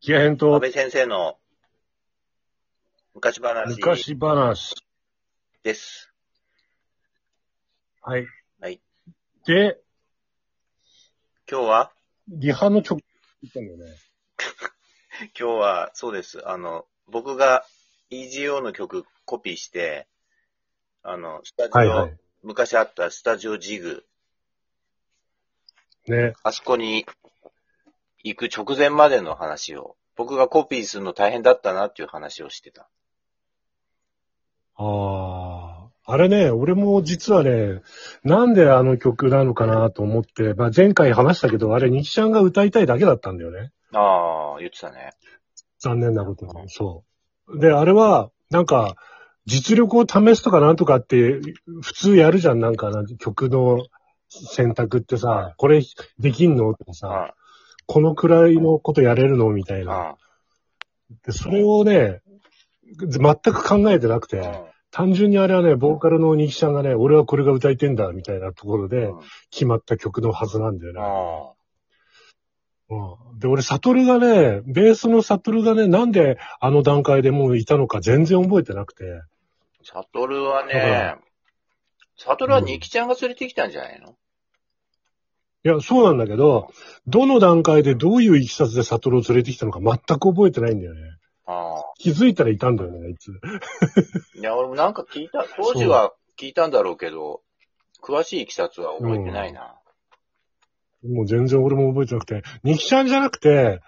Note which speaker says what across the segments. Speaker 1: 気変
Speaker 2: 安
Speaker 1: と
Speaker 2: 倍先生の昔話
Speaker 1: 昔話。
Speaker 2: です。
Speaker 1: はい。
Speaker 2: はい。
Speaker 1: で、
Speaker 2: 今日は、
Speaker 1: リハの直後行ったんだよね。
Speaker 2: 今日は、そうです。あの、僕が EGO の曲コピーして、あの、スタジオ、
Speaker 1: い。
Speaker 2: 昔あったスタジオジグ、
Speaker 1: ね。
Speaker 2: あそこに行く直前までの話を、僕がコピーするの大変だったなっていう話をしてた。
Speaker 1: ああ。あれね、俺も実はね、なんであの曲なのかなと思って、まあ前回話したけど、あれ、日ちゃんが歌いたいだけだったんだよね。
Speaker 2: ああ、言ってたね。
Speaker 1: 残念なことに。そう。で、あれは、なんか、実力を試すとかなんとかって、普通やるじゃん、なんか、なんて曲の選択ってさ、これできんのとか
Speaker 2: う
Speaker 1: さ、
Speaker 2: ん。う
Speaker 1: このくらいのことやれるのみたいな。
Speaker 2: ん。
Speaker 1: で、それをね、全く考えてなくて、単純にあれはね、ボーカルの西ちゃんがね、俺はこれが歌いてんだ、みたいなところ
Speaker 2: う
Speaker 1: で
Speaker 2: ん。うん
Speaker 1: 決まった曲のはずなんだよね。
Speaker 2: あ
Speaker 1: うんで、俺、サトルがね、ベースのサトルがね、なんであの段階でもういたのか全然覚えてなくて。
Speaker 2: ーサトル
Speaker 1: だ
Speaker 2: は
Speaker 1: か
Speaker 2: ね
Speaker 1: ら、
Speaker 2: サトルはニキちゃんが連れてきたんじゃないの、
Speaker 1: いや、そうなんだけど、どの段階でどういういきさつでサトルを連れてきたのか全く覚えてないんだよね。
Speaker 2: ああ。
Speaker 1: 気づいたらいたんだよね、あいつ。
Speaker 2: いや、俺もなんか聞いた、当時は聞いたんだろうけど、詳しい経緯は覚えてないな。
Speaker 1: もう全然俺も覚えてなくて、ニキちゃんじゃなくて、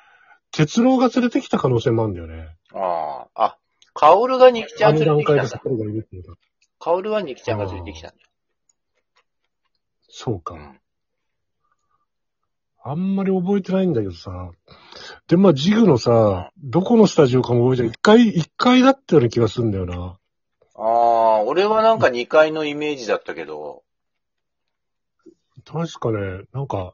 Speaker 1: 哲郎が連れてきた可能性もあるんだよね。
Speaker 2: ああ。あ、カオルがニキちゃ
Speaker 1: あ
Speaker 2: ん
Speaker 1: の
Speaker 2: 連れて
Speaker 1: 段階
Speaker 2: きた
Speaker 1: で
Speaker 2: ん
Speaker 1: サ
Speaker 2: だ。
Speaker 1: トルがいるっていうか。
Speaker 2: カオルはニキちゃんが連れてきたんだ。
Speaker 1: そうか。
Speaker 2: うん。
Speaker 1: あんまり覚えてないんだけどさ。で、まあ、ジグのさ、どこのスタジオかも覚えてない。一回、一回だったような気がするんだよな。
Speaker 2: ああ、俺はなんか2階のイメージだったけど、
Speaker 1: 確かね、なんか、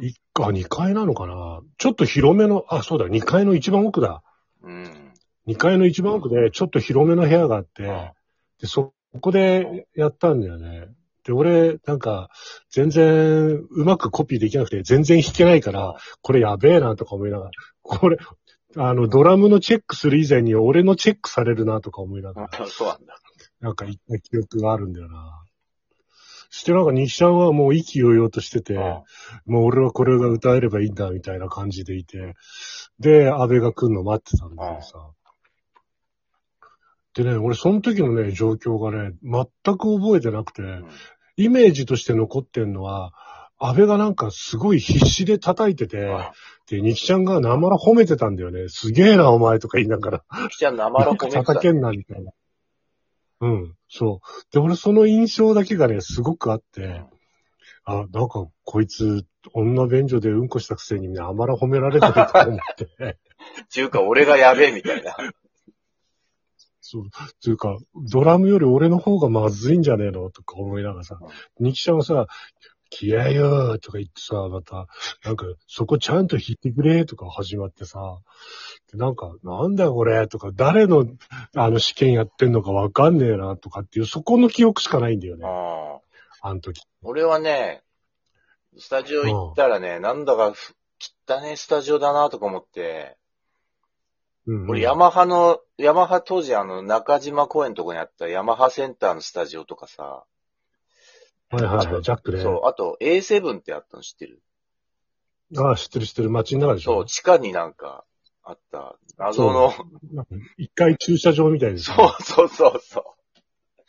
Speaker 1: 一か、二階なのかな。ちょっと広めの、あ、そうだ、二階の一番奥だ。
Speaker 2: うん。
Speaker 1: 二階の一番奥で、ちょっと広めの部屋があって、で、そこでやったんだよね。で、俺、なんか、全然、うまくコピーできなくて、全然弾けないから、これやべえなとか思いながら、これ、あの、ドラムのチェックする以前に俺のチェックされるなとか思いながら、
Speaker 2: そうなんだ。
Speaker 1: なんか言った記憶があるんだよな。してなんか西ちゃんはもう意気揚々としてて、もう俺はこれが歌えればいいんだみたいな感じでいて、で、安倍が来るの待ってたんだけどさ。でね、俺その時のね、状況がね、全く覚えてなくて、
Speaker 2: うん
Speaker 1: イメージとして残ってんのは、安倍がなんかすごい必死で叩いてて、で、ニキちゃんがなまら褒めてたんだよね。すげえな、お前とか言いながら。
Speaker 2: ニキちゃん生のコメント
Speaker 1: 叩けんな、みたいな。うん、そう。で、俺その印象だけがね、すごくあって、あ、なんか、こいつ、女便所でうんこしたくせにね、あまら褒められてるとか思 って、
Speaker 2: っていうか、俺がやべえみたいな。
Speaker 1: そう、というか、ドラムより俺の方がまずいんじゃねえのとか思いながらさ、ニキちゃんはさ、消えよーとか言ってさ、また、なんか、そこちゃんと弾いてくれとか始まってさ、でなんか、なんだよこれとか、誰の、あの、試験やってんのかわかんねえなとかっていう、そこの記憶しかないんだよね、
Speaker 2: ああ。
Speaker 1: あの時。
Speaker 2: 俺はね、スタジオ行ったらね、なんだかふ、汚ねえスタジオだなとか思って、
Speaker 1: うんうん
Speaker 2: 俺、ヤマハの、ヤマハ当時あの、中島公園のとこにあったヤマハセンターのスタジオとかさ、
Speaker 1: はいはいはい、ジャックね。
Speaker 2: そう、あと A7 ってあったの知ってる
Speaker 1: ああ、知ってる知ってる、街の中でし
Speaker 2: そ
Speaker 1: ょ
Speaker 2: う、。地下になんかあった、謎の、
Speaker 1: なんか一階駐車場みたいです、
Speaker 2: そうそうそうそう。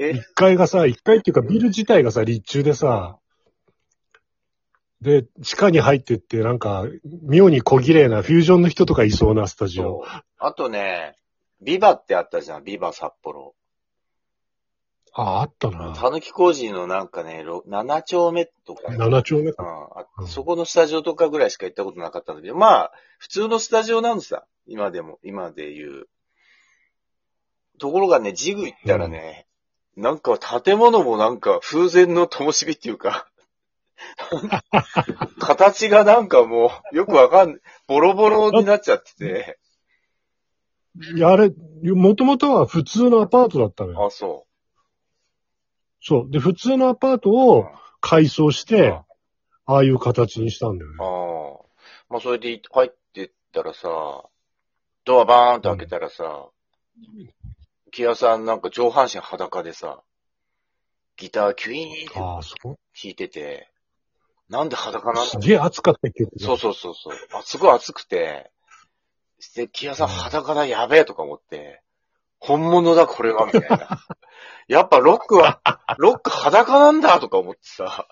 Speaker 2: え
Speaker 1: 一、階がさ、一階っていうかビル自体がさ、立中でさ、で、地下に入ってって、なんか、妙に小綺麗なフュージョンの人とかいそうなスタジオ。
Speaker 2: そう。あとね、ビバってあったじゃん、ビバ札幌。
Speaker 1: ああ、あったな。
Speaker 2: たぬき工事のなんかね、ろ7丁目とか。
Speaker 1: 7丁目
Speaker 2: う
Speaker 1: か。
Speaker 2: んあ
Speaker 1: うん
Speaker 2: そこのスタジオとかぐらいしか行ったことなかったんだけど、まあ、普通のスタジオなんさ、今でも、今で言う。ところがね、ジグ行ったらね、なんか建物もなんか風前の灯火っていうか、 形がなんかもう、よくわかんない、ボロボロになっちゃってて、
Speaker 1: いや、あれ、もともとは普通のアパートだったのよ。
Speaker 2: あ、そ
Speaker 1: そう。で、普通のアパート
Speaker 2: う。
Speaker 1: を改装し
Speaker 2: うん
Speaker 1: て、ああいう形にしたんだよね。
Speaker 2: ああ。まあ、それで入っってったらさ、ドアバーンと開けたらさ、木屋さんなんか上半身裸でさ、ギターキュイーンって弾
Speaker 1: ああ、そう。
Speaker 2: いてて、なんで裸なんだ
Speaker 1: すげえ暑かったっけ
Speaker 2: そう
Speaker 1: そ
Speaker 2: そうそうそう。あ、すごい暑くて、で、木屋さん
Speaker 1: うん
Speaker 2: 裸だ、やべえとか思って、本物だ、これは、みたい な。やっぱロックは、ロック裸なんだ、とか思って さ。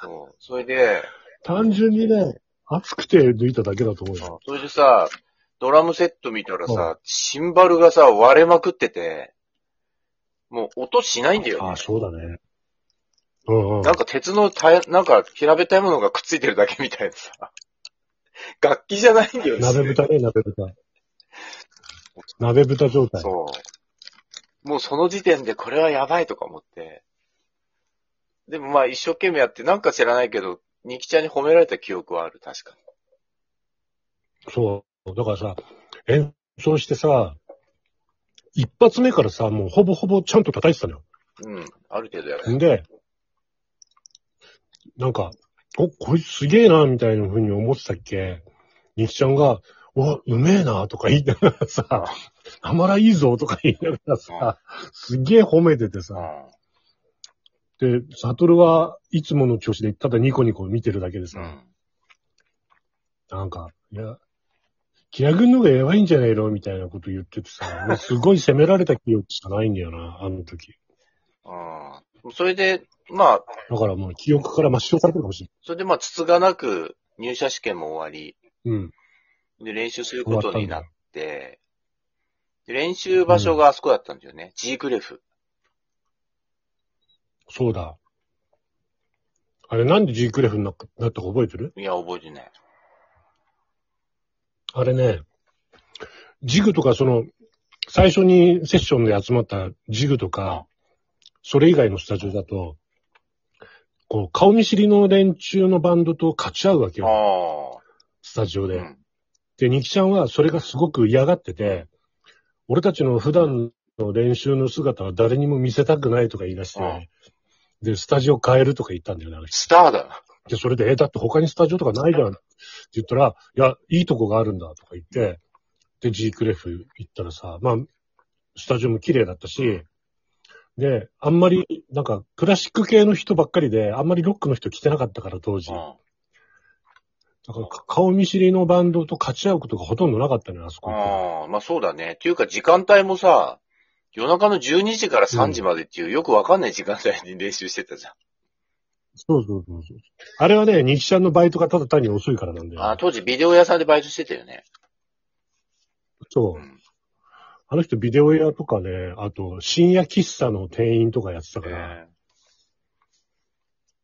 Speaker 2: そう。それで、
Speaker 1: 単純にね、暑くて抜いただけだと思うよ。
Speaker 2: それでさ、ドラムセット見たらさ、シンバルがさ、割れまくってて、もう音しないんだよ
Speaker 1: あ
Speaker 2: ね
Speaker 1: あ、。そうだね。うんうん。
Speaker 2: なんか鉄のた、なんか平べったいものがくっついてるだけみたいなさ。 楽器じゃないんだよね。
Speaker 1: 鍋豚ね、鍋豚。鍋豚状態。
Speaker 2: そう。もうその時点でこれはやばいとか思って。でもまあ一生懸命やって、なんか知らないけど、ニキちゃんに褒められた記憶はある、確か
Speaker 1: そう。だからさ、演奏してさ、一発目からさ、もうほぼほぼちゃんと叩いてたのよ。
Speaker 2: に。うん。ある程度やる。
Speaker 1: んで、なんか、お、こいつすげえな、みたいな風に思ってたっけニキちゃんが、お、うめえな、とか言いながらさ、あまらいいぞ、とか言いながらさ、すげえ褒めてて
Speaker 2: う
Speaker 1: さ、
Speaker 2: ん。
Speaker 1: で、サトルはいつもの調子で、ただニコニコ見てるだけで
Speaker 2: う
Speaker 1: さ、
Speaker 2: ん。
Speaker 1: なんか、いや、キラ君の方がやばいんじゃないのみたいなこと言ってて さ、もうすごい責められた記憶しかないんだよな、あの時。
Speaker 2: うん。それで、まあ、
Speaker 1: だからもう記憶から抹消されてるかもしれ
Speaker 2: それでまあ、つつがなく入社試験も終わり、
Speaker 1: ない。うん。
Speaker 2: で、練習することになって、で練習場所があそこだったんだよね。ジークレフ。
Speaker 1: そうだ。あれなんで G クレフになっなったか覚えてる
Speaker 2: いや、覚えてない。
Speaker 1: あれね、ジグとかその、最初にセッションで集まったジグとか、それ以外のスタジオだと、こう、顔見知りの連中のバンドと勝ち合うわけ
Speaker 2: あ
Speaker 1: よ、
Speaker 2: あ。
Speaker 1: スタジオで。
Speaker 2: うん。
Speaker 1: で、ニキちゃんはそれがすごく嫌がってて、俺たちの普段の練習の姿は誰にも見せたくないとか言い出し
Speaker 2: ああ
Speaker 1: て、で、スタジオ変えるとか言ったんだよね、あの人
Speaker 2: スターだ。
Speaker 1: で、それで、え、だって他にスタジオとかないじゃんって言ったら、いや、いいとこがあるんだとか言って、で、G クレフ行ったらさ、まあ、スタジオも綺麗だったし、で、あんまり、なんか、クラシック系の人ばっかりで、あんまりロックの人来てなかったから、当時。
Speaker 2: うん。
Speaker 1: だから、か顔見知りのバンドと勝ち合うことがほとんどなかったのよ、あそこ行ったら
Speaker 2: ああ、まあそうだね。っていうか時間帯もさ、夜中の12時から3時までっていう、よくわかんない時間帯に練習してたじゃん。
Speaker 1: そうそうそうそう。あれはね、ニキちゃんのバイトがただ単に遅いからなんだよ。
Speaker 2: あ当時ビデオ屋さんでバイトしてたよね。
Speaker 1: そうう。
Speaker 2: ん。
Speaker 1: あの人、ビデオ屋とかね、あと、深夜喫茶の店員とかやってたから、
Speaker 2: え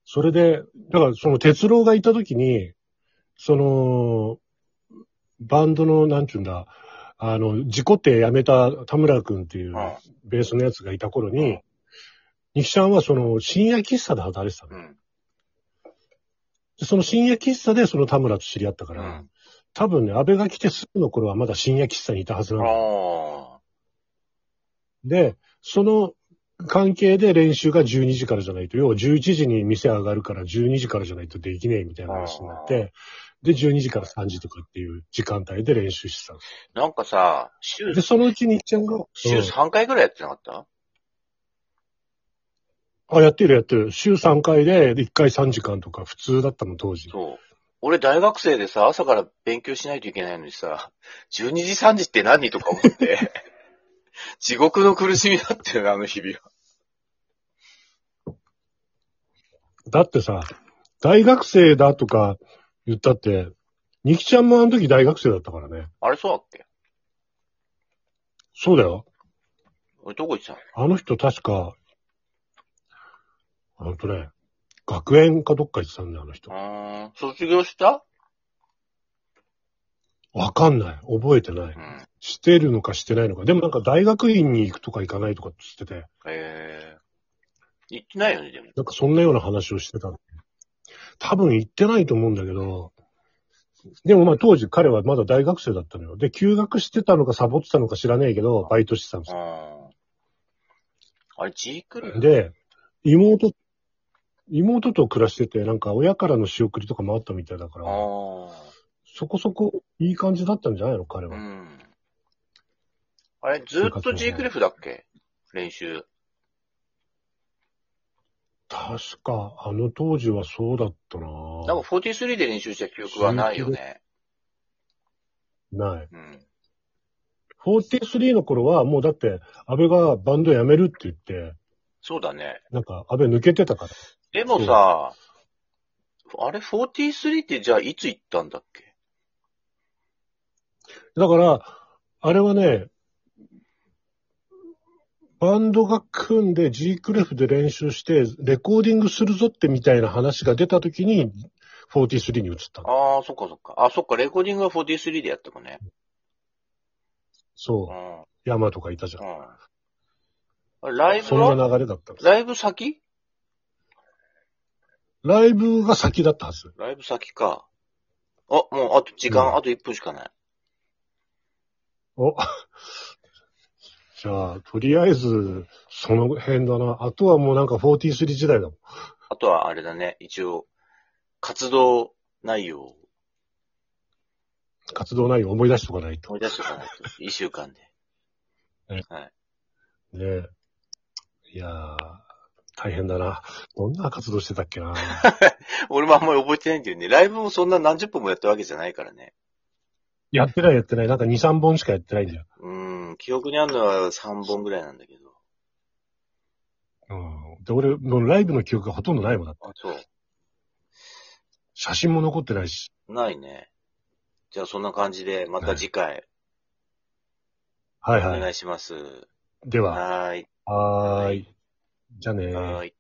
Speaker 1: それで、だからその哲郎がいた時に、その、バンドの、なんちゅうんだ、あの、事故って辞めた田村くんってい
Speaker 2: え
Speaker 1: うベースのやつがいた頃に、ニキちゃんはその深夜喫茶で働いてた
Speaker 2: う
Speaker 1: の。
Speaker 2: ん。
Speaker 1: でその深夜喫茶でその田村と知り合ったか
Speaker 2: うん。
Speaker 1: ら、
Speaker 2: あ
Speaker 1: 多分ね、安倍が来てすぐの頃はまだ深夜喫茶にいたはずなの。
Speaker 2: あ。
Speaker 1: で、その関係で練習が12時からじゃないと、要は11時に店上がるから12時からじゃないとできねえみたいな話になって、で、12時から3時とかっていう時間帯で練習してたんです
Speaker 2: なんかさ、週
Speaker 1: よ。で、、そのうちにいっちゃんが、う
Speaker 2: 週
Speaker 1: ん
Speaker 2: 3回ぐらいやってなかった
Speaker 1: あ、やってるやってる。週3回で1回3時間とか普通だったの当時。
Speaker 2: そう。俺大学生でさ、朝から勉強しないといけないのにさ、12時3時って何とか思って、 地獄の苦しみだったよね、あの日々は。
Speaker 1: だってさ、大学生だとか言ったって、ニキちゃんもあの時大学生だったからね。
Speaker 2: あれそうだっけ
Speaker 1: そうだよ。
Speaker 2: 俺どこ行ってたの
Speaker 1: あの人確か、あのとね、学園かどっか行ってたんだよ、あの人。
Speaker 2: うーん。卒業した
Speaker 1: わかんない。覚えてない。
Speaker 2: うん。
Speaker 1: してるのかしてないのか。でもなんか大学院に行くとか行かないとかって言ってて、
Speaker 2: ええ行ってないよね、でも。
Speaker 1: なんかそんなような話をしてたんで。多分行ってないと思うんだけど、でもまあ当時彼はまだ大学生だったのよ。で、休学してたのかサボってたのか知らねえけど、バイトしてたんですよ。
Speaker 2: ああ。あれ、ジークル
Speaker 1: で、妹、妹と暮らしてて、なんか親からの仕送りとかもあったみたいだか
Speaker 2: あ
Speaker 1: ら、
Speaker 2: あ。
Speaker 1: そこそこいい感じだったんじゃないの彼
Speaker 2: う
Speaker 1: は。
Speaker 2: ん。あれ、ずっと G クレフだっけ練習。
Speaker 1: 確か、あの当時はそうだったな
Speaker 2: なんか43で練習した記憶はないよね。
Speaker 1: ない。
Speaker 2: うん。
Speaker 1: 43の頃は、もうだって、安倍がバンド辞めるって言って、
Speaker 2: そうだね。
Speaker 1: なんか安倍抜けてたから。
Speaker 2: でもさ、あれ43ってじゃあいつ行ったんだっけ
Speaker 1: だから、あれはね、バンドが組んで G クレフで練習して、レコーディングするぞってみたいな話が出た時に、43に移ったの。
Speaker 2: ああ、そっかそっか。あ、そっか、レコーディングは43でやったもんね。う
Speaker 1: そう。
Speaker 2: ん。うん。
Speaker 1: 山とかいたじゃん。
Speaker 2: あれライブ
Speaker 1: そん
Speaker 2: は
Speaker 1: な流れだったの。
Speaker 2: ライブ先
Speaker 1: ライブが先だったはず。
Speaker 2: ライブ先か。あ、もうあと時間、
Speaker 1: うん
Speaker 2: あと1分しかない。
Speaker 1: お じゃあ、とりあえず、その辺だな。あとはもうなんか43時代だもん。
Speaker 2: あとはあれだね、一応、活動内容を
Speaker 1: 活動内容思い出しとかないと。
Speaker 2: 思い出しておかない と。1週間で。
Speaker 1: ねえ。いやー、大変だな。どんな活動してたっけ な。
Speaker 2: 俺もあんまり覚えてないんだよね。ライブもそんな何十分もやったわけじゃないからね。
Speaker 1: やってないやってない。なんか2、3本しかやってないんだよ。
Speaker 2: うーん、記憶にあるのは3本ぐらいなんだけど。
Speaker 1: うん。で、俺、もうライブの記憶がほとんどないもんだ。
Speaker 2: あ、そう。
Speaker 1: 写真も残ってないし。
Speaker 2: ないね。じゃあそんな感じで、また次回、
Speaker 1: はい
Speaker 2: お
Speaker 1: は
Speaker 2: 願
Speaker 1: い。
Speaker 2: いします。
Speaker 1: では、
Speaker 2: はーい。
Speaker 1: はーい。じゃあねー。
Speaker 2: はーい。